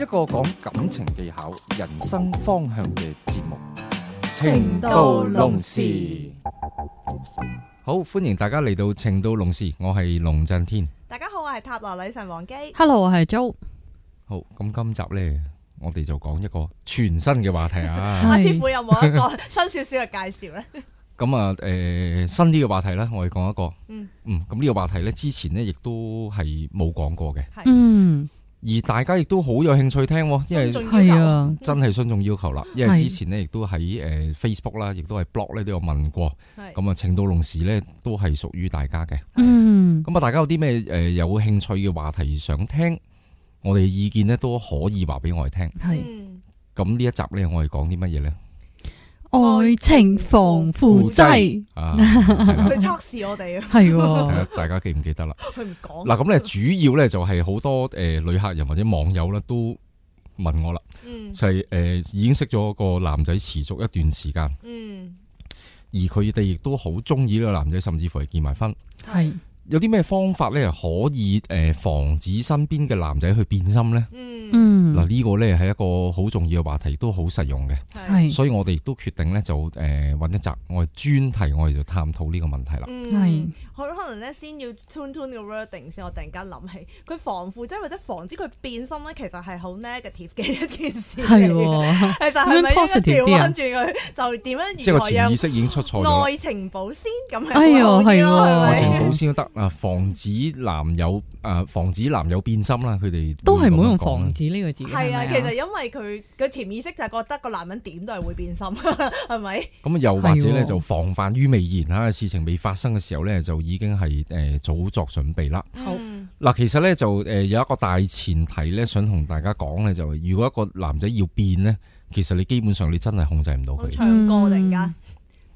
一個講感情技巧、人生方向嘅節目《情到濃時》。好，歡迎大家嚟到《情到濃時》，我係龍震天。大家好，我係塔羅女神王姬。 Hello，我係 Jo。好，咁今集呢，我哋就講一個全新嘅話題啊。 阿係師傅有冇一 個新少少嘅介紹呢？咁啊，誒、新啲嘅話題呢，我哋講一個。嗯嗯，咁呢個話題呢，之前呢亦都係冇講過嘅，嗯，而大家亦都好有興趣聽喎，因為信眾要求係，啊，真係信眾要求啦。因為係之前呢，亦都喺誒、Facebook 啦，亦都係 blog 呢都有問過。係咁啊，情到濃時呢，都係屬於大家嘅。嗯，咁啊，大家有啲咩誒有興趣嘅話題想聽，我哋意見呢都可以話俾我哋聽。係嗯咁呢一集呢，我哋講啲乜嘢呢？愛情防腐劑，啊，係啦嗯佢測試我哋啊， 係睇喎，下大家記唔記得啦？佢唔講。嗱，咁咧主要咧就係好多誒旅客人或者網友咧都問我啦，嗯就係誒已經識咗個男仔持續一段時間，嗯，而佢哋亦都好中意呢個男仔，甚至乎係結埋婚。係有啲咩方法咧可以誒防止身邊嘅男仔去變心呢？嗯，嗯嗱，呢個咧係一個好重要嘅話題，都好實用嘅，係，係所以我哋亦都決定咧就誒揾一集我哋專題，我哋就探討呢個問題啦。嗯係。好可能咧，先要 tune tune 個 wording 先。我突然間諗起，佢防腐劑或者防止佢變心咧，其實係好 negative 嘅一件事嚟嘅。係 喎，其實係咪應該點樣 positive 調啲啊翻轉佢，就點即係個樣如何潛讓意識已經出錯咗啦。愛情保鮮咁係哎呦好啲咯係喎愛係情咪保鮮都得啊，防止男友啊，防止男友變心啦，佢哋都係唔好會咁用樣講啦防止呢個字嘅，係啊，係咪其實因為佢嘅潛意識就係覺得個男人點都係會變心， 係咪？咁啊又或者係咧喎就防範於未然啦，事情未發生嘅時候咧就已經係誒早作準備啦。好嗯嗱，其實咧就誒有一個大前提咧，想同大家講咧，就係如果一個男仔要變咧，其實你基本上你真係控制唔到好佢。唱歌突然間嗯，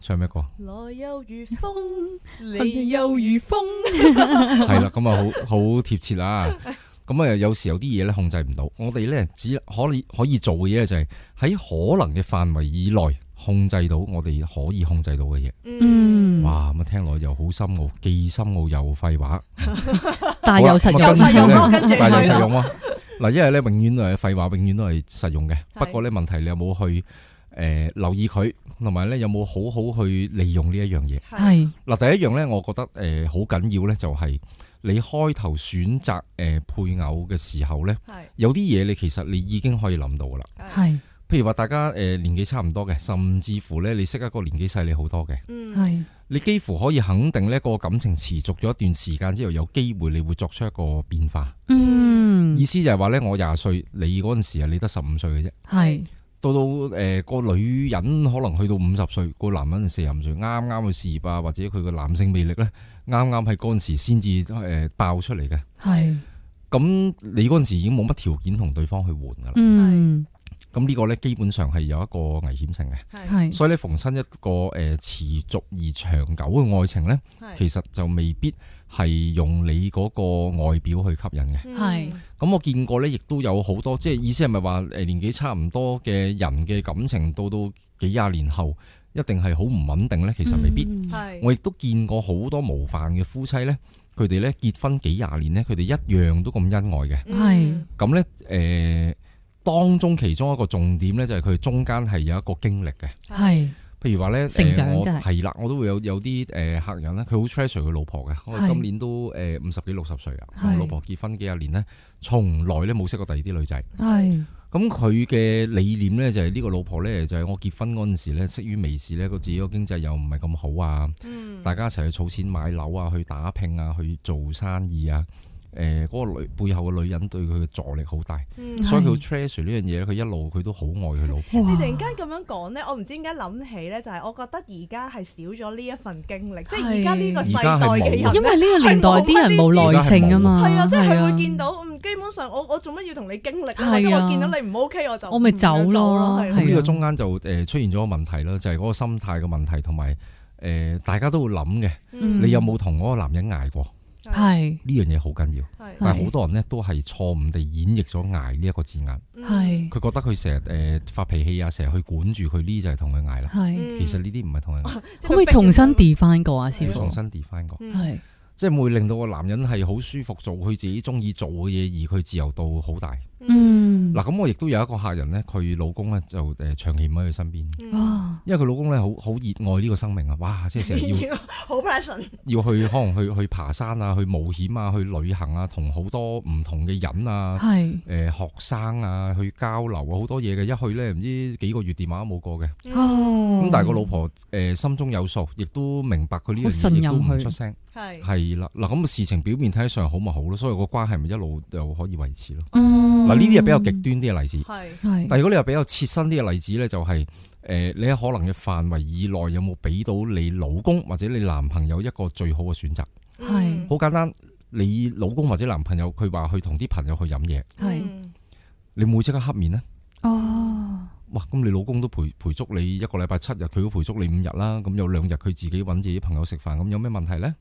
唱咩歌？來又如風，瞓你又又如風， 係啦，咁啊好好貼切啦。咁啊，有時有啲嘢咧控制唔到，我哋咧只可以可以做嘅嘢咧就係喺可能嘅範圍以內控制到我哋可以控制到嘅嘢。嗯，嗯，哇，咁啊聽落又好深奧，既深奧又廢話，但係又實好啦用，咁啊跟住咧又實用跟住但係係又啦實用喎。嗱，因為咧永遠都係廢話，永遠都係實用嘅。係不過咧問題你有冇去誒、呃留意佢，同埋咧有冇好好去利用呢一樣嘢？係係嗱，第一樣咧，我覺得誒好緊要咧，就係你開頭選擇誒、呃配偶嘅時候咧，係有啲嘢你其實你已經可以諗到噶啦。係係譬如話大家誒、呃年紀差唔多嘅，甚至乎咧你識一個年紀細你好多嘅，嗯係你幾乎可以肯定呢個感情持續咗一段時間之後，有機會你會作出一個變化。嗯意思就係話咧，我廿歲，你嗰陣時啊，你得十五歲嘅啫。係到到誒個女人可能去到五十歲，個男人四十五歲，啱啱去事業啊，或者佢個男性魅力咧，啱啱喺嗰陣時先至誒爆出嚟嘅。係咁你嗰陣時已經冇乜條件同對方去換㗎啦。嗯咁呢個咧基本上係有一個危險性嘅，係係所以咧逢親一個誒、呃持續而長久嘅愛情咧，係其實就未必係用你嗰個外表去吸引嘅。係咁我見過咧，亦都有好多，即係意思係咪話誒呃年紀差唔多嘅人嘅感情到到幾廿年後，一定係好唔穩定呢？其實未必。嗯係我亦都見過好多模範嘅夫妻呢，佢哋呢結婚幾廿年呢，佢哋一樣都咁恩愛嘅。係咁呢，誒、當中其中一個重點呢，就係佢中間係有一個經歷嘅。係譬如話咧，成長誒我真係係啦，我都會有有啲誒客人咧，佢好 treasure 佢老婆嘅。我係今年都呃誒五十幾六十歲啦，啊係同老婆結婚幾廿年咧，從來咧冇識過第二啲女仔。係咁佢嘅理念咧就係呢個老婆咧就係我結婚嗰陣時咧，識於微時咧，個自己個經濟又唔係咁好啊，嗯大家一齊去儲錢買樓啊，去打拼啊，去做生意啊。誒嗰個女背後嘅女人對佢嘅助力好大，嗯係所以佢好 treasure 呢樣嘢咧，佢一路佢都好愛佢老婆。你哇突然間咁樣講咧，我唔知點解諗起咧，就係我覺得而家係少咗呢一份經歷，即係而家呢個世代嘅人呢因為呢個年代啲人冇耐性啊嘛，係啊，即係係佢啊會見到，嗯，基本上我我做乜要同你經歷咧？係啊或者我見到你唔 OK，我就我咪唔想走咯係咁係啊呢個中間就誒出現咗個問題啦，就係嗰個心態嘅問題，同埋誒大家都會諗嘅，嗯你有冇同嗰個男人捱過？係呢樣嘢好緊要，係但係好多人呢都係錯誤地演繹咗捱呢一個字眼，嗯係佢覺得佢成日誒發脾氣啊，成日去管住佢呢就係同佢捱啦。係，嗯哦其實呢啲唔係同佢捱，即係佢可唔可以重新逼 define 過啊，師要傅重？新 define 過，嗯係即係會令到個男人係好舒服做佢自己中意做嘅嘢，而佢自由度好大。嗯嗱，咁我亦都有一個客人呢，佢老公呢就誒長期唔喺佢身邊，嗯啊因為佢老公呢好好熱愛呢個生命啊， 哇！即係成日要。 好 passion，要去可能去去爬山啊，去冒險啊，去旅行啊，同好多唔同嘅人啊，係誒、學生啊，去交流啊，好多嘢嘅。一去呢，唔知幾個月電話都冇過嘅。嗯咁、哦，但係個老婆誒、心中有數，亦都明白佢呢樣好嘢，信亦任都唔佢出聲。係係啦，嗱咁事情表面睇起上好咪好咯，所以個關係咪一路又可以維持咯。嗯嗱呢啲係比較極端啲嘅例子，係係但係如果你話比較切身啲嘅例子呢，就係、誒你喺可能嘅範圍以內有冇俾到你老公或者你男朋友一個最好嘅選擇？係好簡單，你老公或者男朋友佢話去同啲朋友去飲嘢，係你會唔會即刻黑面呢？嗯哦，哇！咁你老公都陪陪足你一個禮拜七日，佢都陪足你五日啦。咁有兩日佢自己揾自己朋友食飯，咁有咩問題 呢？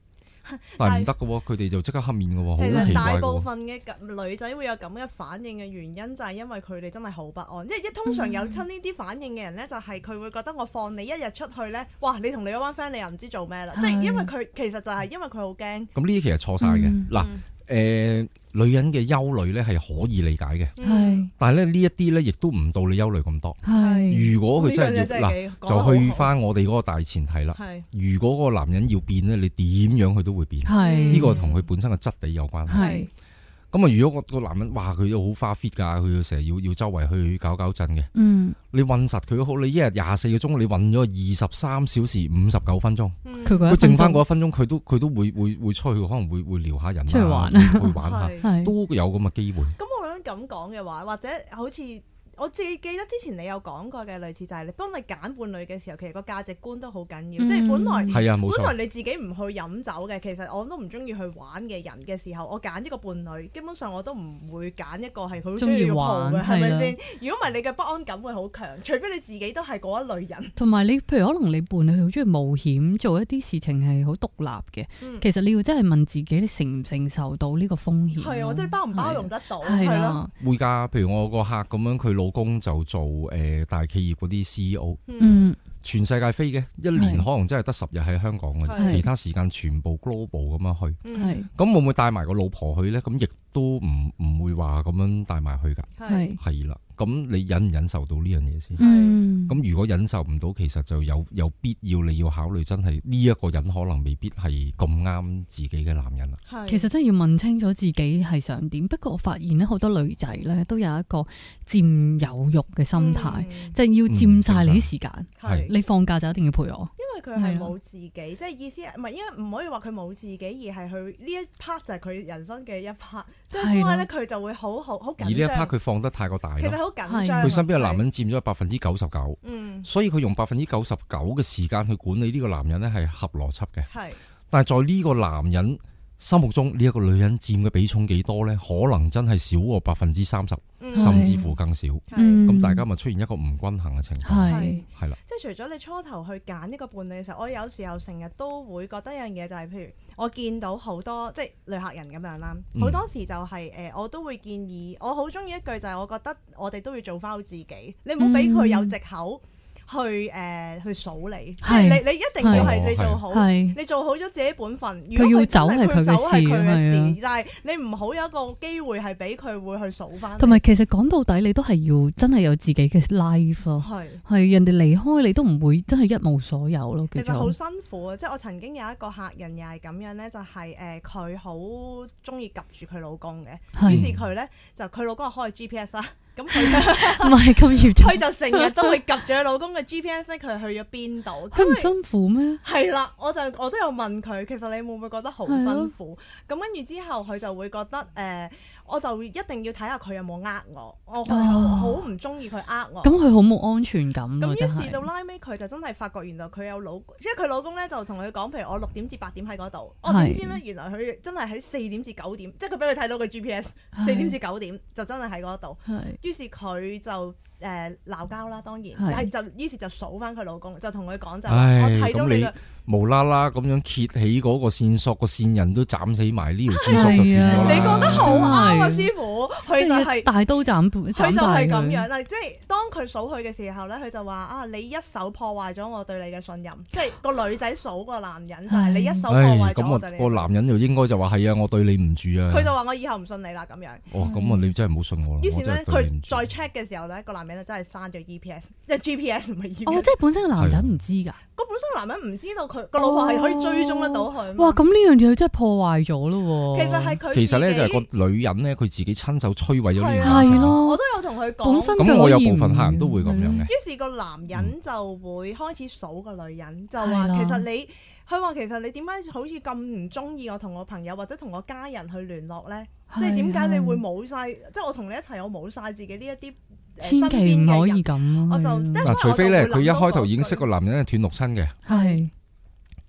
但係唔得嘅喎，佢哋就即刻黑面嘅喎，其好奇怪實大嘅部喎。分嘅女仔會有咁嘅反應嘅原因，就係因為佢哋真係好不安，因為一通常有嗯親呢啲反應嘅人呢，就係佢會覺得我放你一日出去呢，哇！你同你嗰班 friend 你又唔知做咩啦，即係係因為佢其實就係因為佢好驚，咁呢啲其實錯晒嘅。嗯嗱，誒女人嘅憂慮呢係可以理解嘅，嗯係但係咧呢一啲呢亦都唔到你憂慮咁多。係如果佢真係要嗱，嗱就去翻我哋嗰個大前提啦。係如果個男人要變呢，你點樣佢都會變。係呢個同佢本身嘅質地有關。係咁啊，如果個個男人哇，佢又好花 fit 㗎，佢成日要要周圍去搞搞震嘅，嗯，你運實佢都好，你一日廿四個鐘，你運咗二十三小時五十九分鐘，嗯佢嗰一佢剩翻分嗰一分鐘，佢都佢都會會會出去，可能會會撩下人啊出去玩會會玩下，鐘係。係都有咁嘅機會。咁我諗咁講嘅話，或者好似我自己記得之前你有講過嘅類似就係你幫你揀伴侶嘅時候，其實個價值觀都好緊要，即係本來。係啊，冇本錯，來你自己唔去飲酒嘅，其實我都唔中意去玩嘅人嘅時候，我揀一個伴侶，基本上我都唔會揀一個係好中鍾意意蒲玩嘅，係咪係啦先？如果唔係，你嘅不安感會好強，除非你自己都係嗰一類人。同埋你，譬如可能你伴侶好中意冒險，做一啲事情係好獨立嘅。嗯其實你要真係問自己，你承唔承受到呢個風險？係啊，或者你包唔包容得到？嗯係係咯，啦，會㗎。譬如我個客咁樣，佢老公就做誒、呃大企業嗰啲 CEO，嗯，嗯，全世界飛嘅，一年係可能真係得十日喺香港嘅啫，係其他時間全部 global 咁樣去。嗯係咁會唔會帶埋個老婆去呢？咁亦都唔唔會話咁樣帶埋去㗎，係，係啦。咁你忍唔忍受到呢樣嘢先？嗯，咁如果忍受唔到，其實就有有必要你要考慮，真係呢一個人可能未必係咁啱自己嘅男人啦。係其實真係要問清楚自己係想點。不過我發現咧，好多女仔咧都有一個佔有欲嘅心態，嗯就係要佔晒你啲時間。係你放假就一定要陪我。因為佢係係啊冇自己，即係意思係唔係應該唔可以話佢冇自己，而係佢呢一 part 就係佢人生嘅一 part，即係所係以咧啦佢就會好好好而呢一緊 part 張，佢放得太過大其咯，實好緊張啊。係佢身邊嘅男人佔咗百分之九十九，嗯，所以佢用百分之九十九嘅時間去管理呢個男人呢係合邏輯嘅。係但係在呢個男人心目中，呢一個女人佔嘅比重幾多呢？可能真係少過百分之三十，嗯甚至乎更少。係嗯，咁大家咪出現一個唔均衡嘅情況，係係啦，即係除咗你初頭去揀一個伴侶嘅時候，我有時候成日都會覺得一樣嘢就係、譬如我見到好多即係旅客人咁樣啦，嗯好、多時就係、呃我都會建議，我好中意一句就係我覺得我哋都要做翻好自己，你唔好俾佢有藉口去誒、呃去數你，即係係你你一定要係係你做好。係你做好咗自己本分，如佢果要走真係係佢嘅走係佢嘅事事係，但係你唔好有一個機會係俾佢會去數翻你。同埋其實講到底，你都係要真係有自己嘅 life 咯。係。係人哋離開你都唔會真係一無所有咯，其叫實好做辛苦啊！即係我曾經有一個客人又係咁樣呢，就係誒佢好中意及住佢老公嘅，於係是佢呢，就佢老公就開 GPS 啦，咁 咁佢唔係咁嚴重佢，就成日都會及住佢老公嘅 GPS 咧，佢去咗邊度？佢唔因為辛苦咩？係啦，我就我都有問佢，其實你會唔會覺得好辛苦？啊咁跟住之後，佢就會覺得誒、呃我就一定要睇下佢有冇呃我，我佢哦好唔中意佢呃我。咁佢好冇安全感咁咯，於真是到啊係。拉尾，佢就真係發覺原來佢有老，即係佢老公咧就同佢講，譬如我六點至八點喺嗰度，我點知咧原來佢真係喺四點至九點，即係佢俾佢睇到佢 GPS 係四點至九點就真係喺嗰度。係於是佢就誒鬧交啦，當然，係但係就於是就數翻佢老公，就同佢講就話唉我睇到咁你你嘅，無啦啦咁樣揭起嗰個線索，個線人都斬死埋，呢條線索就斷咗係啦。你講得好啱啊，真係師傅，佢即就係係要。大刀斬斷，佢斬就敗係咁佢哦樣。嗱，即係當佢數佢嘅時候咧，佢就話啊，你一手破壞咗我對你嘅信任， 即係個女仔數個男人就係唉你一手破唉，壞咁啊咗我我對個你嘅信任。男人就應該就話係啊，我對你唔住啊。佢就話我以後唔信你啦咁樣。哦，咁啊，你真係唔好信我啦。於是我真咧，係對你佢唔住再 check 嘅時候咧，個男人就真係刪咗 EPS，即係 GPS 唔係 E 哦， EPS。即係本身個男啊仔唔知㗎。個本身個男人唔知道佢個老婆係可以追蹤得到佢啊嘛。哇！咁呢樣嘢真係破壞咗咯喎。其實係佢哦其實咧咧就係個女人咧，佢自己親手摧毀咗呢樣嘢。係咯我都有同佢講。本身咁我有部分客人都會咁樣嘅。於是個男人就會開始數個女人，就話嗯係啦其實你，佢話其實你點解好似咁唔中意我同我朋友或者同我家人去聯絡呢？啊即係點解你會冇晒？即係我同你一齊，我冇晒自己呢一啲呃千身祈邊唔可嘅以人。咁咯。我就係啊因為嗱，除非咧我就佢會諗一到開頭已經嗰句識個男人係斷六親嘅，係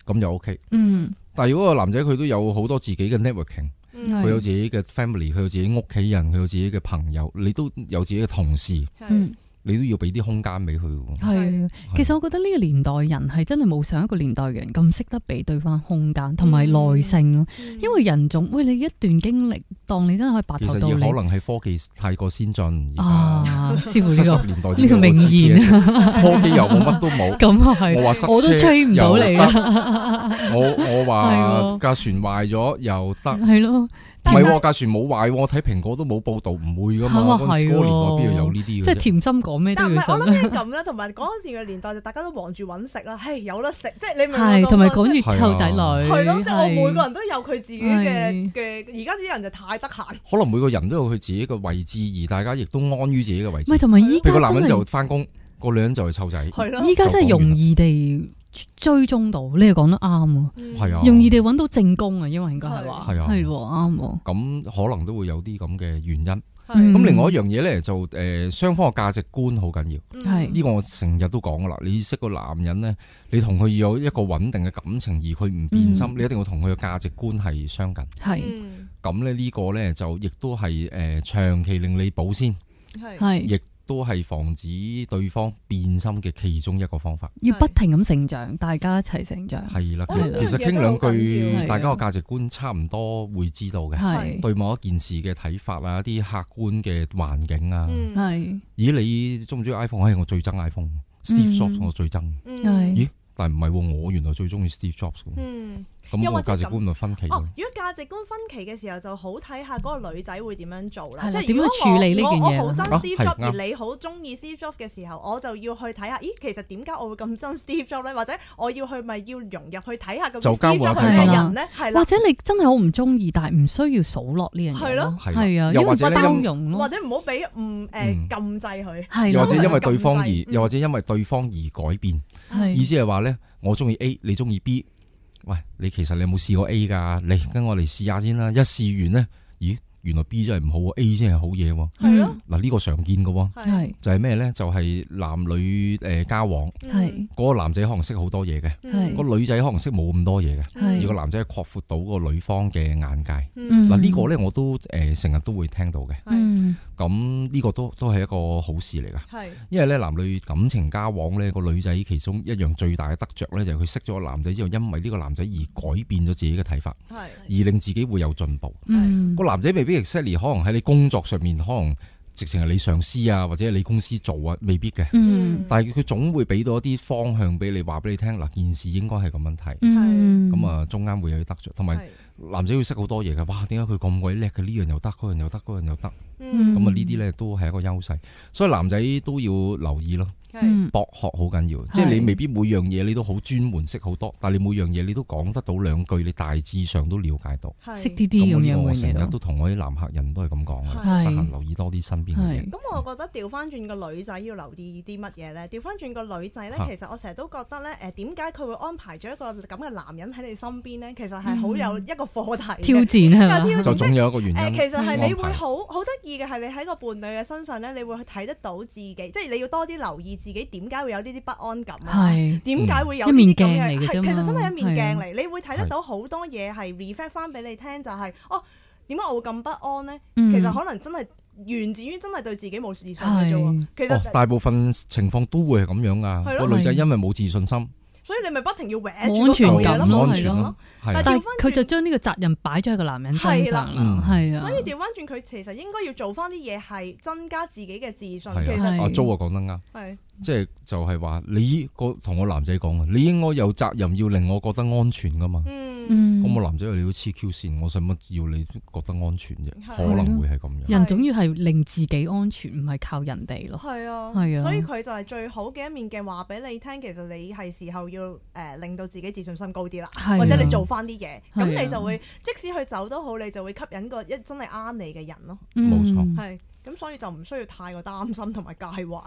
咁就 OK。嗯但係如果個男仔佢都有好多自己嘅 networking，嗯係佢有自己嘅 family，佢有自己屋企人，佢有自己嘅朋友，你都有自己嘅同事，係嗯你都要俾啲空間俾佢喎。係啊。其實我覺得呢個年代人係真係冇上一個年代嘅人咁識得俾對方空間同嗯埋耐性咯。因為人總喂你一段經歷，當你真係可以白其頭實到亦你可能係科技太過先進，而啊，師傅家七呢十年代個呢個名言言，科技又冇乜都 冇。 咁啊係。我話塞車我都吹唔到你又得我我話 係喎架船壞咗又得，唔係咯，係喎架船冇壞喎，睇蘋果都冇報導，唔會噶嘛。嚇哇嗰陣時嗰個年代邊度係喎有呢啲即嘅啫係？甜心講咩但都唔要係，我信，諗係咁啦，同埋嗰陣時嘅年代就大家都忙住揾食啦，係有得食，即係你明唔明係我同埋講趕緊住啊湊仔女，係咯，即係我每個係人都有佢自己係嘅嘅，而家啲人就太得閒。可能每個人都有佢自己嘅位置，而大家亦都安於自己嘅位唔置係。同埋依譬如家個男人真就係翻工，個女人就去湊仔，係咯，依家真係容易地追蹤到，你又講得啱喎，嗯係啊，容易地揾到正宮啊，因為應該係話係啊係喎啱喎，咁可能都會有啲咁嘅原因。咁、係，嗯另外一樣嘢咧，就誒雙方嘅價值觀好緊要。嗯係呢、個我成日都講噶啦。你識個男人咧，你同佢有一個穩定嘅感情，而佢唔變心，嗯你一定要同佢嘅價值觀係相近。Ừ. 係嗯咁咧呢個咧就亦都係誒長期令你保鮮，係係亦都係防止對方變心嘅其中一個方法。要不停咁成長，大家一齊成長，係啦，我其諗呢其樣實嘢傾都兩好緊要句，係大家啊個價值觀差唔多會知道嘅。係對某一件事嘅睇法啊，啲客觀嘅環境啊，嗯係咦你中唔中意 iPhone？唉，我哎最憎 iPhone，Steve 嗯 Jobs 我最憎，嗯係咦但唔係喎，我原來最中意 Steve Jobs 嘅，嗯，咁又我或者價值觀咪分歧哦咯。，如果價值觀分歧嘅時候，就好睇下嗰個女仔會點樣做啦。係即啦係如點果樣處理呢我件嘢我我好憎啊 Steve 係 Jobs，啱而你好中意 Steve Jobs 嘅時候，我就要去睇下，咦，其實點解我會咁憎 Steve Jobs 咧？或者我要去咪要融入去睇下究竟就交換 Steve Jobs 下係咩睇法人咧？係或啦，者你真係好唔中意，但係唔需要數落呢樣嘢係咯咯，係啦係啊，又因或為者咧包因容或咯，者唔好俾唔嗯誒禁制佢。係又咯或者因為對方而，嗯又或者因為對方而改變，係意思係話咧，我中意 A，你中意 B，喂，你其實你有冇試過 A 㗎？你跟我嚟試下先啦，一試完咧，咦，原來 B 真係唔好喎，A 先係好嘢喎。係咯，嗱呢個常見嘅喎，係係就係咩咧？就係男女誒交往，係嗰個男仔可能識好多嘢嘅。嗯係個女仔可能識冇咁多嘢嘅，係而個男仔擴闊到個女方嘅眼界。嗯嗱呢個呢，我都誒成日都會聽到嘅，嗯咁呢個都都係一個好事嚟噶，係因為呢，男女感情交往呢，個女仔其中一樣最大嘅得着呢，就係佢識咗個男仔之後，因為呢個男仔而改變咗自己嘅睇法，係而令自己會有進步。嗯個男仔未必 exactly 可能喺你工作上面，可能直情係你上司啊，或者係你公司做啊，未必嘅，嗯但係佢總會俾到一啲方向俾你，話俾你聽嗱，件事應該係咁樣睇。啊嗯咁，啊，中間會有得着，同埋係男仔要識好多嘢嘅，哇！點解佢咁鬼叻嘅？呢樣又得，嗰樣又得，嗰樣又得。咁啊嗯呢啲呢都係一個優勢，所以男仔都要留意咯。嗯係博學好緊要，即係你未必每樣嘢你都好專門識好多，但係你每樣嘢你都講得到兩句，你大致上都了解到。係識啲啲咁咁呢個樣我嘅成日嘢都咯，同我啲男客人都係咁講嘅，得係閒留意多啲身邊嘅嘢。係咁我覺得調翻轉個女仔要留意啲乜嘢呢？調翻轉個女仔呢，嚇其實我成日都覺得呢，誒點解佢會安排咗一個咁嘅男人喺你身邊呢？其實係好有一個課題嘅嗯挑戰啊係嘛？有挑就戰總有一個原誒、因其。實係你安排會好好得意嘅係你喺個伴侶嘅身上咧，你會睇得到自己，即係你要多啲留意自己點解會有呢啲不安感 啊。係點解會有一呢啲面咁鏡嘅？嚟嘅啫係其實真嘛係一係啊面鏡嚟，你會睇得到好多嘢係 reflect 翻俾你聽，就係、哦點解我會咁不安呢？嗯其實可能真係源自於真係對自己冇自信嘅係啫喎。其哦實，大部分情況都會係咁樣係噶，咯個女仔因為冇自信心，所以你咪不停要搲冇住安個全頭感嘢唔咯安咯，係全咯咯。係但啊係但係佢就將呢個責任擺咗喺個男人身上啦，係係啊，所以調翻轉佢其實應該要做翻啲嘢係增加自己嘅自信。其係實啊，係阿 Jo 啊講得啱，係即係就係話你個同我男仔講啊，你應該有責任要令我覺得安全噶嘛。嗯。嗯咁我男仔話你要黐 Q 線，我使乜要你覺得安全啫？係可能會係咁樣。人總要係令自己安全，唔係靠人哋咯。係啊，係啊所以佢就係最好嘅一面嘅話俾你聽，其實你係時候要誒、呃令到自己自信心高啲啦，係啊或者你做翻啲嘢，咁係啊你就會即使佢走都好，你就會吸引個一真係啱你嘅人咯。冇錯嗯係，啊咁所以就唔需要太過擔心同埋介懷。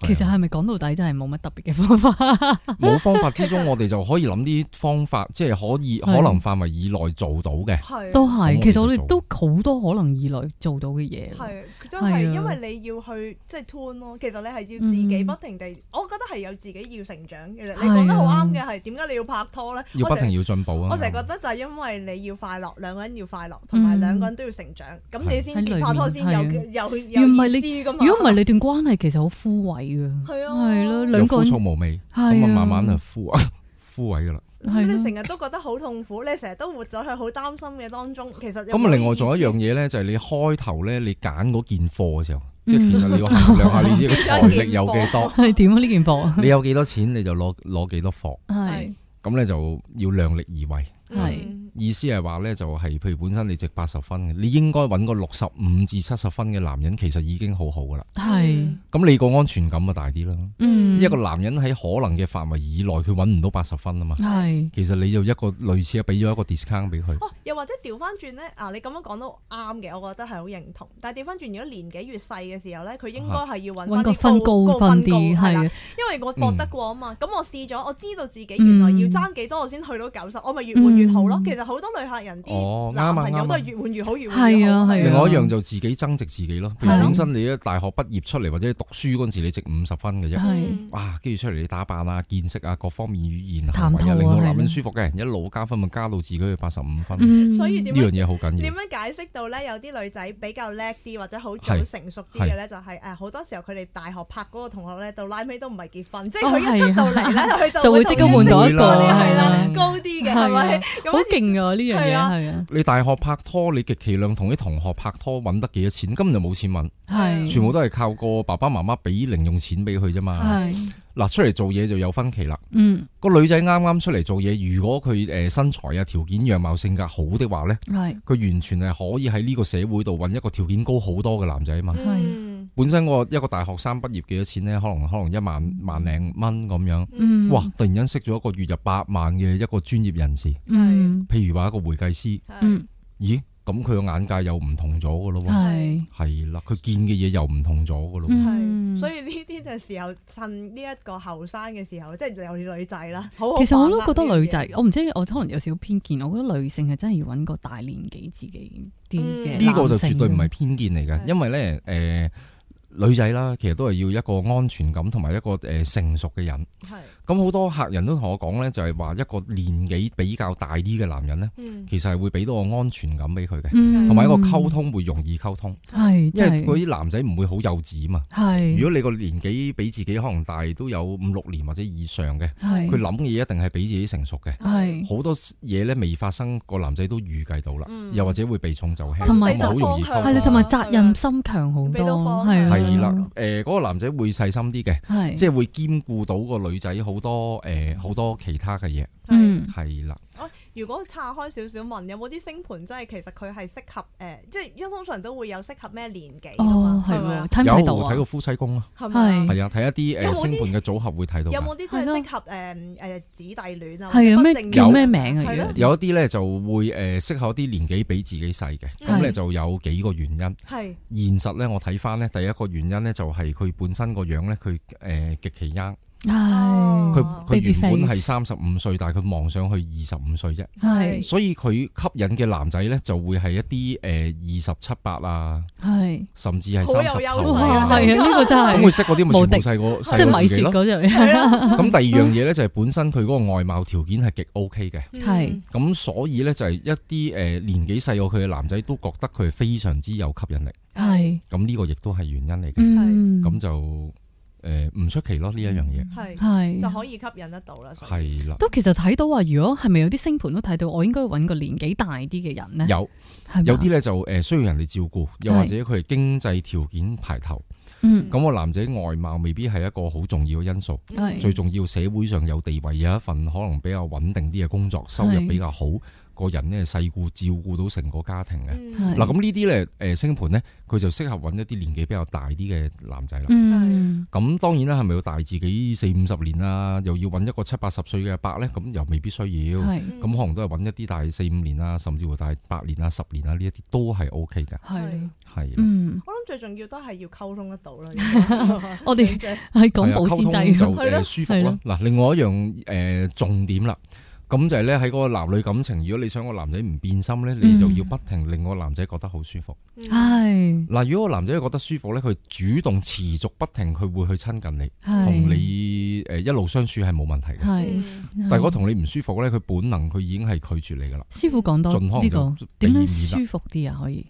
其實係啊係咪講到底真係冇乜特別嘅方法？冇方法之中，我哋就可以諗啲方法，即係可以可係能範圍以內做到嘅。係都咁我哋係，其實我就哋都好多可能以內做到嘅嘢。係真係啊係因為你要去即係 turn 咯，其實你係要嗯自己不停地，我覺得係有自己要成長。其實啊你講得好啱嘅係點解你要拍拖呢？要我不成停要進步啊！我成日覺得就係因為你要快樂，兩個人要快樂，同埋嗯兩個人都要成長，咁你先喺裏至面拍拖先有係有如有果唔係你意思噶嘛。如果唔係，你段關係其實好枯萎噶，係啊，係咯，有兩個枯人燥無味，係咁啊慢慢啊枯 枯萎噶啦。係咯你成日都覺得好痛苦，你成日都活咗喺好擔心嘅當中，其實有咁冇啊，另外仲有一樣意嘢咧，就係你開頭咧，你揀嗰件貨嘅時候，嗯即係其實你要衡量下你自己嘅財力有幾多，係點啊？呢件貨你有幾多錢你就攞攞幾多貨，係咁咧就要量力而為。思係嗯意思係話咧，就係、譬如本身你值八十分嘅，你應該揾個六十五至七十分嘅男人，其實已經好好噶啦。係，咁你個安全感啊大啲啦。嗯，一個男人喺可能嘅範圍以內，佢揾唔到八十分啊嘛。係其實你就一個類似啊，俾咗一個 discount 俾佢。哦，又或者調翻轉咧，啊，你咁樣講都啱嘅，我覺得係好認同。但係調翻轉，如果年紀越細嘅時候咧，佢應該係要揾啊揾翻個啲分高高分分高啲，係啦係啊，因為我搏得過啊嘛，咁、我試咗，我知道自己原來要爭幾多，我先去到九十，我咪越換越好咯。嗯其實好多女客人哦啲啱啊男朋友啱都啊係越換越好，越換係越好。啊係啊另外一樣就自己增值自己咯。譬係如咯本身你喺大學畢業出嚟，或者你讀書嗰陣時，你值五十分嘅啫。係啊嗯哇！跟住出嚟你打扮啊、見識啊、各方面語言行談為吐啊，令啊到男人係咯舒服嘅人一路加分，咪加到自己去八十五分。呢嗯所以點樣樣嘢好緊要點。啊樣解釋到咧？有啲女仔比較叻啲，或者好早係成熟啲嘅咧，就係誒好多時候佢哋大學拍嗰個同學咧，到拉尾都唔係結婚，即係佢一出到 嚟咧，佢哦啊就會會即刻換到一個同啲係係啦啊，高啲嘅係係啊咪？好咁勁啊！呢樣嘢係啊係啊，你大學拍拖，你極其量同啲同學拍拖，揾得幾多錢？根本就冇錢揾，係全部都係靠個爸爸媽媽俾零用錢俾佢啫嘛。係嗱，出嚟做嘢就有分歧啦。嗯個女仔啱啱出嚟做嘢，如果佢誒身材啊、條件、樣貌、性格好的話呢，係佢完全係可以喺呢個社會度揾一個條件高好多嘅男仔啊嘛。係嗯本身我一個大學生畢業幾多錢呢？可能可能一萬萬零蚊咁樣。嗯哇！突然間識咗一個月入百萬嘅一個專業人士，嗯譬如話一個會計師，係嗯咦？咁佢個眼界又唔同咗嘅咯喎，啊係係啦，佢見嘅嘢又唔同咗嘅咯喎。嗯係，所以呢啲就時候趁呢一個後生嘅時候，即係有女仔啦，好好其實我都把握覺得呢樣女嘢仔，我唔知我可能有少少偏見，我覺得女性係真係要揾個大年紀自己啲嘅嗯呢個就男性絕對唔係偏見嚟嘅，係因為呢，誒、女仔啦，其實都係要一個安全感同埋一個誒、成熟嘅人。係，咁好多客人都同我講呢，就係話一個年紀比較大啲嘅男人呢，嗯，其實係會俾到個安全感俾佢嘅，嗯同埋一個溝通會容易溝通，係，嗯因為嗰佢啲男仔唔會好幼稚嘛。係如果你個年紀比自己可能大都有五六年或者以上嘅，係佢諗嘅嘢一定係比自己成熟嘅。係好多嘢咧未發生，個男仔都預計到啦，嗯又或者會避重就輕，同埋咁好容易溝係通啦，同埋責任心強好俾到多，方向係啊係啦，誒嗰個男仔會細心啲嘅，係即係會兼顧到個女仔好多誒好多其他嘅嘢，係。嗯係啦，如果岔開少少問，有冇啲星盤真係其實佢係適合誒、呃即係因為通常都會有適合咩年紀㗎哦嘛，，係係咪啊喎，睇唔有睇到睇啊嗯過？夫妻宮咯，係咪啊？係啊，睇一啲有誒冇啲星盤嘅組合會睇到有㗎。冇啲真係係咯適合誒誒子弟戀啊？或係者啊，不咩正叫經咩名啊？係咯而家有一啲咧就會誒適合一啲年紀比自己細嘅，咁係咧就有幾個原因。係現實咧，我睇翻咧，第一個原因咧就係佢本身個樣咧，佢誒極其 young，係佢哦佢 Baby 原本係 face 三十五歲，但係佢望上去二十五歲啫，係所以佢吸引嘅男仔咧就會係一啲誒二十七八啊，係，甚至係好有三十優後勢哇啊啊，係啊，呢個真咁佢係識嗰啲咪無全敵部細個即細係過米自己雪咯。嗰種，係啦，咁第二樣嘢咧就係本身佢嗰個外貌條件係極 OK 嘅，嗯係咁所以咧就係一啲誒呃年紀細過佢嘅男仔都覺得佢係非常之有吸引力，係咁呢個亦都係原因嚟嘅。嗯咁就誒唔出奇咯呢一樣嘢，係就係。可以吸引得到啦。所以係啦。都其實睇到話，如果係咪有啲星盤都睇到，我應該揾個年紀大啲嘅人咧，有係咪啊有啲咧就誒需要人哋照顧，又係或者佢係經濟條件排頭。嗯咁個男仔外貌未必係一個好重要嘅因素，係最重要社會上有地位，有一份可能比較穩定啲嘅工作，收入係比較好，個人咧細顧照顧到成個家庭嘅。嗯係嗱咁呢啲咧誒星盤咧，佢就適合揾一啲年紀比較大啲嘅男仔啦。嗯咁當然啦，係咪要大自己四五十年啊？又要揾一個七八十歲嘅阿伯咧？咁又未必需要。係咁嗯可能都係揾一啲大四五年啊，甚至乎大八年啊、十年啊呢一啲都係 O K 嘅，係係啦。嗯，我諗最重要都係要溝通得到啦。 我哋即係係係講啊保溝通鮮就劑，係咯誒舒服咯。嗱，另外一樣誒重點啦，咁就係咧喺嗰個男女感情，如果你想個男仔唔變心咧，嗯你就要不停令個男仔覺得好舒服。係嗱，如果個男仔覺得舒服咧，佢主動持續不停，佢會去親近你，係啊同你誒一路相處係冇問題嘅。係，但係如果同你唔舒服咧，佢本能佢已經係拒絕你噶啦。師傅講多盡可哦呢能個就避點樣免啦。舒服啲啊？可以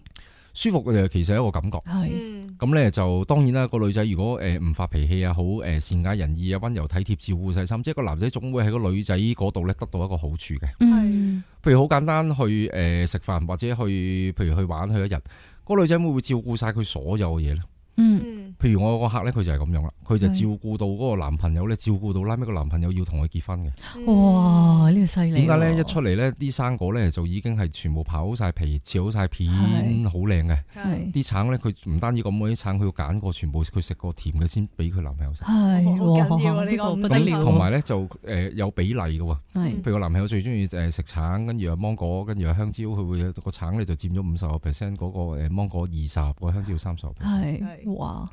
舒服嘅其實係一個感覺。係嗯咁咧就當然啦，個女仔如果誒唔發脾氣啊，好誒善解人意啊，温柔體貼、照顧細心，即係個男仔總會喺個女仔嗰度咧得到一個好處嘅。嗯譬如好簡單去誒食飯或者去譬如去玩去一日，個女仔會唔會照顧晒佢所有嘅嘢咧？嗯嗯譬如我有個客咧，佢就係咁樣啦，佢就係照顧到嗰個男朋友咧，照顧到拉尾個男朋友要同佢結婚嘅。嗯哇呢個犀利點解咧？喎一出嚟咧，啲生果咧就已經係全部刨好晒皮、切好晒片，係好靚嘅。係啲橙咧，佢唔單止咁嗰啲橙，佢要揀過全部，佢食過甜嘅先俾佢男朋友食。係好哇緊要啊呢呢個個五不得星了咁喎，同埋咧就誒有比例嘅喎，係譬如我男朋友最中意誒食橙，跟住有芒果，跟住有香蕉，佢會有個橙咧就佔咗五十個 percent，嗰個誒芒果二十，個香蕉三十。咁係係哇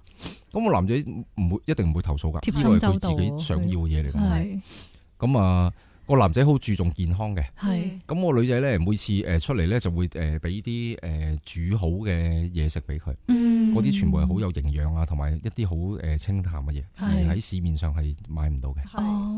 個男仔唔會一定唔會投訴㗎，呢貼個心係周佢到自己想要嘅嘢嚟㗎。係咁啊，個男仔好注重健康嘅。係咁我女仔咧，每次誒出嚟咧就會誒俾啲誒煮好嘅嘢食俾佢，嗯嗰啲全部係好有營養啊，同埋一啲好誒清淡嘅嘢，而係喺市面上係買唔到嘅。係哦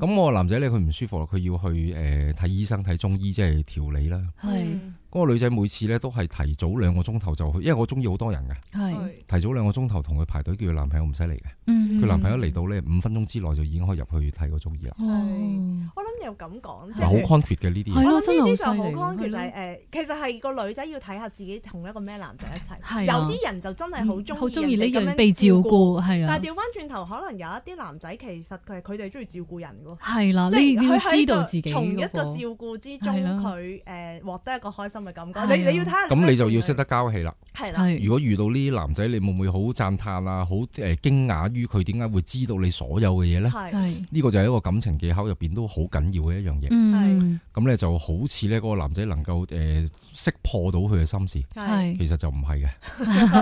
咁我個男仔咧，佢唔舒服啦，佢要去誒睇、醫生睇中醫，即係調理嗯啦。係嗰、個女仔每次咧都係提早兩個鐘頭就去，因為我中意好多人嘅，係提早兩個鐘頭同佢排隊，叫佢男朋友唔使嚟嘅。嗯佢、男朋友嚟到咧，五分鐘之內就已經可以入去睇個中醫啦。哦我諗又咁講，即嗱，好係。 concrete 嘅呢啲嗯係啊嘢，咯我諗呢啲就真係好犀利好 c 係 o 就咯係誒，其實係個女仔要睇下自己同一個咩男仔一齊。係有啦啲人就真係好嗯中好中意呢人哋咁樣樣被照顧，顧係但啊係調翻轉頭，可能有一啲男仔其實佢係佢哋中意照顧人嘅喎。係啦，即啊你係你要佢喺知一個道自己從一嗰個照個顧之中，係啦佢誒獲得一個開心嘅感係覺。啊你你要睇下咁你就要識得交氣啦。係啦，係如果遇到呢啲男仔，你會唔會好讚歎啊？好誒驚訝於佢點解會知道你所有嘅嘢呢？係係呢個就係一個感情技巧入邊都好緊要嘅一樣嘢。嗯咁咧就好似呢嗰個男仔能夠誒識破到佢嘅心事。嗯係其實就唔係嘅，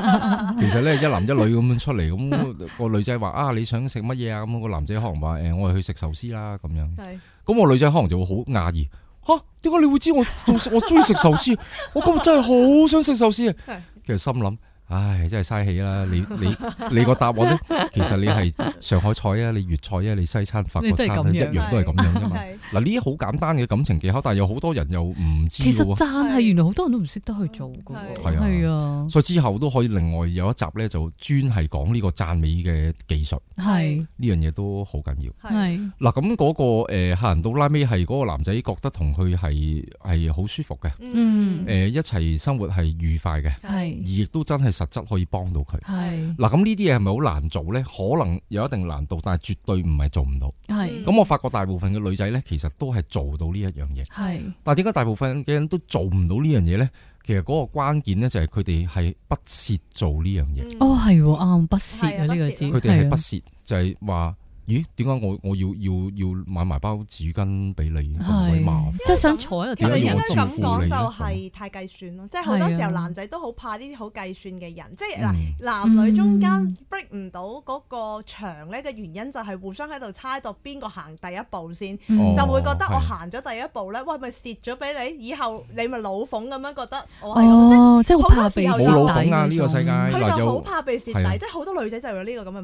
其實咧一男一女咁樣出嚟， 咁個女仔話啊你想食乜嘢啊？咁個男仔可能話誒我係去食壽司啦咁樣，係咁個女仔可能就會好訝異，吓點解你會知我我我中意食壽司？ 我今日真係好想食壽司係啊！其實心諗。唉，真係嘥氣啦！你 你你個答案咧，其實你係上海菜啊，你粵菜啊，你西餐、法國你都係餐咁啊一樣樣都係咁樣啫嘛。係嗱，呢啲好簡單嘅感情技巧，但係有好多人又唔知其實嘅喎。讚係原來好多人都唔識得去做噶喎，係啊係啊，所以之後都可以另外有一集咧，就專係講呢個讚美嘅技術係啊呢樣嘢都好緊要。係係嗱，咁嗰個呃誒客人到拉尾係嗰個男仔覺得同佢係係好舒服嘅，誒、呃嗯一齊生活係愉快嘅，係而亦都真係實質可以幫到佢。係嗱，咁呢啲嘢係咪好難做呢？可能有一定難度，但係絕對唔係做唔到。係嗯咁我發覺大部分嘅女仔呢，其實都係做到呢一樣嘢，嗯係但係點解大部分嘅人都做唔到呢樣嘢呢？其實嗰個關鍵呢，就係佢哋係不屑做呢樣嘢，嗯哦係喎啱不屑係啊啊呢個不屑字，佢哋係啊不屑，就係話：咦，點解我我要要要買埋包紙巾俾你咁鬼麻係煩？即係想坐喺度其實點解等應要人我該照做顧咁講你就呢係太計算咯，即係好多時係啊候男仔都好怕呢啲好計算嘅人，即係嗯嗱男女中間嗯 break 唔到嗰個牆咧嘅原因就係互相喺度猜度邊個行第一步先，嗯哦就會覺得係我行咗第一步咧，喂咪蝕咗俾你，以後你咪老馮咁樣覺得我係咁，即哎係哦，即係好怕被冇老馮啊！呢個世界蝕嗱底佢就好有怕被蝕係啊底，即係好多女仔就有呢個咁嘅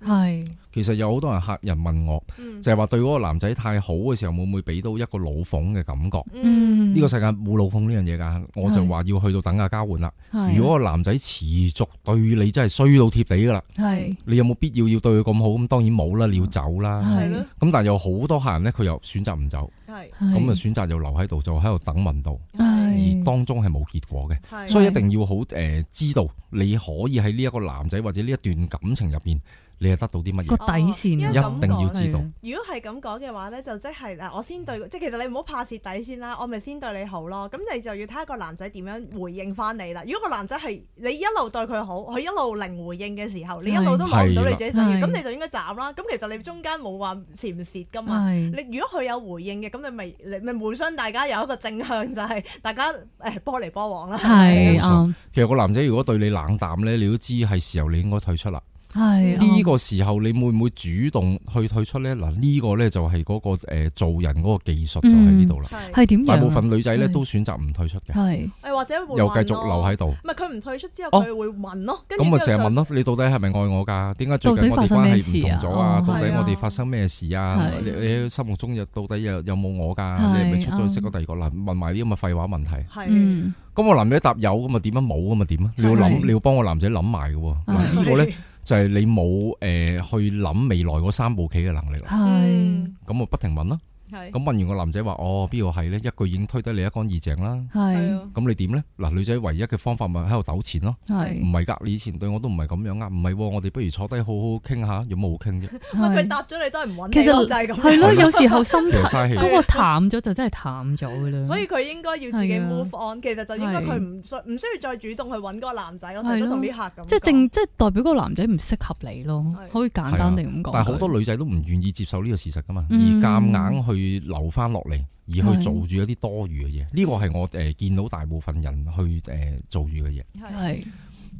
mindset。係其實有好多人客人問我，嗯就係話對嗰個男仔太好嘅時候，會唔會俾到一個老馮嘅感覺？嗯嗯呢個世界冇老馮呢樣嘢㗎，我就話要去到等價交換啦。係啊如果個男仔持續對你真係衰到貼地㗎啦，係你有冇必要要對佢咁好？咁當然冇啦，你要走啦。嗯係係咯，咁但係有好多客人呢，佢又選擇唔走，係咁咁啊選擇又留喺度，就喺度等運到，係而當中係冇結果嘅。係所以一定要好誒、呃知道你可以喺呢一個男仔或者呢一段感情入邊，你係得到啲乜個嘢？底線哦因為咁講一定要知道。如果係咁講嘅話咧，就即係嗱，我先對，即係其實你唔好怕蝕底先啦，我咪先對你好咯。咁你就要睇下個男仔點樣回應翻你啦。如果個男仔係你一路對佢好，佢一路零回應嘅時候，你一路都攞唔到你自己想係啦要，咁你就應該斬啦。咁其實你中間冇話蝕唔蝕噶嘛。係你如果佢有回應嘅，咁你咪你咪互相大家有一個正向，就係、大家誒波嚟波往啦。係啱其實個男仔如果對你冷淡呢，你都知係時候你應該退出啦。係啱呢個時候你會唔會主動去退出呢？嗱，呢個呢就係嗰個誒做人嗰個技術就喺呢度啦。係係點樣啊？大部分女仔呢係都選擇唔退出嘅，係誒或者會又問繼續留咯喺度。唔係佢唔退出之後，哦佢會問咯，跟住咁咪成日之後問就咯，你到底係咪愛我㗎？點解最到底近我哋發生關咩係唔事啊同咗啊？哦到底係啊我哋發生咩事啊？係你你心目中有到底有有冇我㗎？係你係咪出咗去識咗第二個嗱？問埋啲咁嘅廢話問題。係。嗯咁我男仔答有咁啊點啊冇咁啊點啊？你要係諗，你要幫個男仔諗埋嘅喎。嗯嗱呢個咧就係你冇誒去諗未來嗰三步棋嘅能力啦。係嗯咁啊不停問啦。係咁問完個男仔話哦邊個係咧？一句已經推得你一乾二淨啦。係係啊咁你點咧？嗱女仔唯一嘅方法咪喺度糾纏咯。唔係係㗎，你以前對我都唔係咁樣啊，唔係喎，我哋不如坐低好好傾下，有冇好傾啫？ 喂啊佢係答咗你都係唔揾你其實咯，就係咁係樣。咯，有時候心其實嘥氣。嗰個淡咗就真係淡咗嘅啦。所以佢應該要自己係啊 move on，其實就應該佢唔需唔需要再主動去揾嗰個男仔，我成日都同啲客咁講。即係正，即係代表嗰個男仔唔適合你咯，係可以簡單地咁講。但係好多女仔都唔願意接受呢個事實㗎嘛，而嗯夾硬去留翻落嚟，而去係做住一啲多餘嘅嘢。呢個係我誒見到大部分人去誒做住嘅嘢，係係，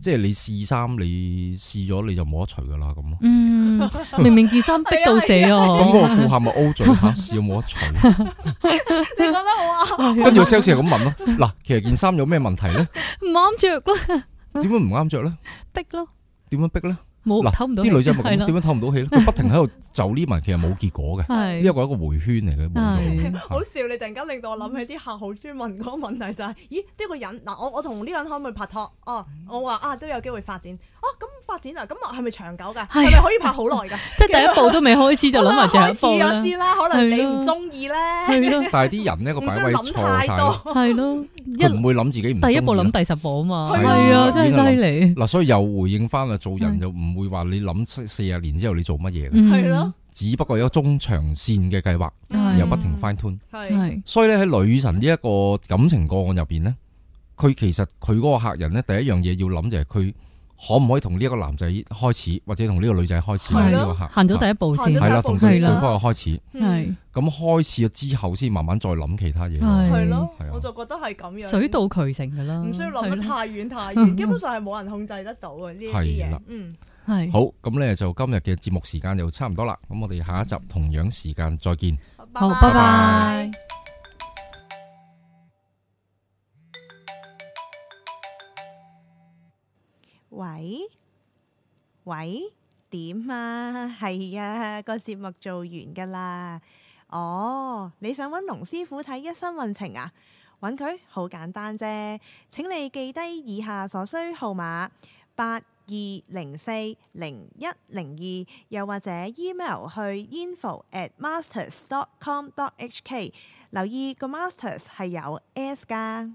即係你試衫，你試咗你就冇得除㗎啦咁 咯。嗯，明明件衫逼到死咁我，個顧客咪 O 嘴嚇， 試有冇得除？你覺得好啊？跟住 sales 係咁問咯。 嗱，其實件衫有咩問題咧？唔啱着咯，點解唔啱着咧？逼咯，點樣逼咧？冇嗱唞唔到氣。啲女仔咪咁係咯點樣透唔到氣咧？佢不停喺度就呢文，其實冇結果嘅。呢一係個係一個回圈嚟嘅，啊係換到好笑！你突然間令到我諗起啲客好中意問嗰個問題就嗯係：咦，呢個人嗱，我我同呢個人可唔可以拍拖？哦，我話啊都有機會發展。哦，咁發展啊，咁啊係咪長久㗎？係係咪可以拍好 耐㗎？即係第一步都未開始就諗埋 最後一步啦開始咗，先啦，可能你係唔咯中意咧，啊係咯，但係啲人呢個唔擺需位要錯諗晒太咯，多。係咯，佢唔一會諗自己唔第一步鍾諗意咯第十步啊嘛，係啊係啊啊，真係犀利，嗱，所以又回應翻啦，做人嗯就唔會話你諗四四十年之後你做乜嘢嘅，嗯係咯，嗯只不過有中長線嘅計劃，係又不停 fine tune。係係所以咧喺女神呢一個感情個案入邊呢，佢其實佢嗰個客人呢，第一樣嘢要諗就係佢可唔可以同呢一個男仔開始，或者同呢個女仔開始呢係呢咯個客啊行咗第一步行先，咗係啦，同佢係對啦方嘅開始，嗯係咁開始咗之後先慢慢再諗其他嘢咯。係係咯係啊，我就覺得係咁樣。水到渠成噶啦，唔需要諗係啦得嗯太遠太遠，基本上係冇人控制得到嘅呢啲係啦嘢。嗯，係好，咁咧就今日嘅節目時間就差唔多啦，咁我哋下一集同樣時間再見。好，拜拜拜。喂喂，點啊？ 係啊，個節目做完噶啦。哦，你想揾龍師傅睇一生運程啊？揾佢好簡單啫。請你記低以下所需號碼八二零四零一零二，又或者 email 去 info at masters dot com dot hk。留意個 masters 係有 s 㗎。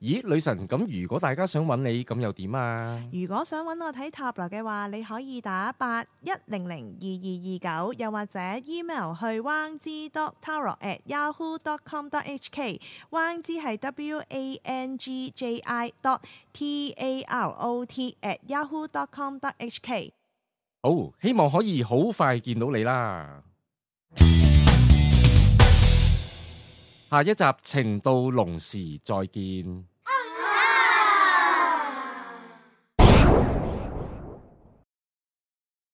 咦，女神咁，如果大家想揾你，咁又點啊？如果想揾我睇塔羅嘅話，你可以打八一零零二二二九，又或者 email 去 wang z dot tarot at yahoo dot com dot hk。wang z 係 w a n g j i dot t a r o t at yahoo dot com dot hk。好，希望可以好快見到你啦。下一集情到濃時再見。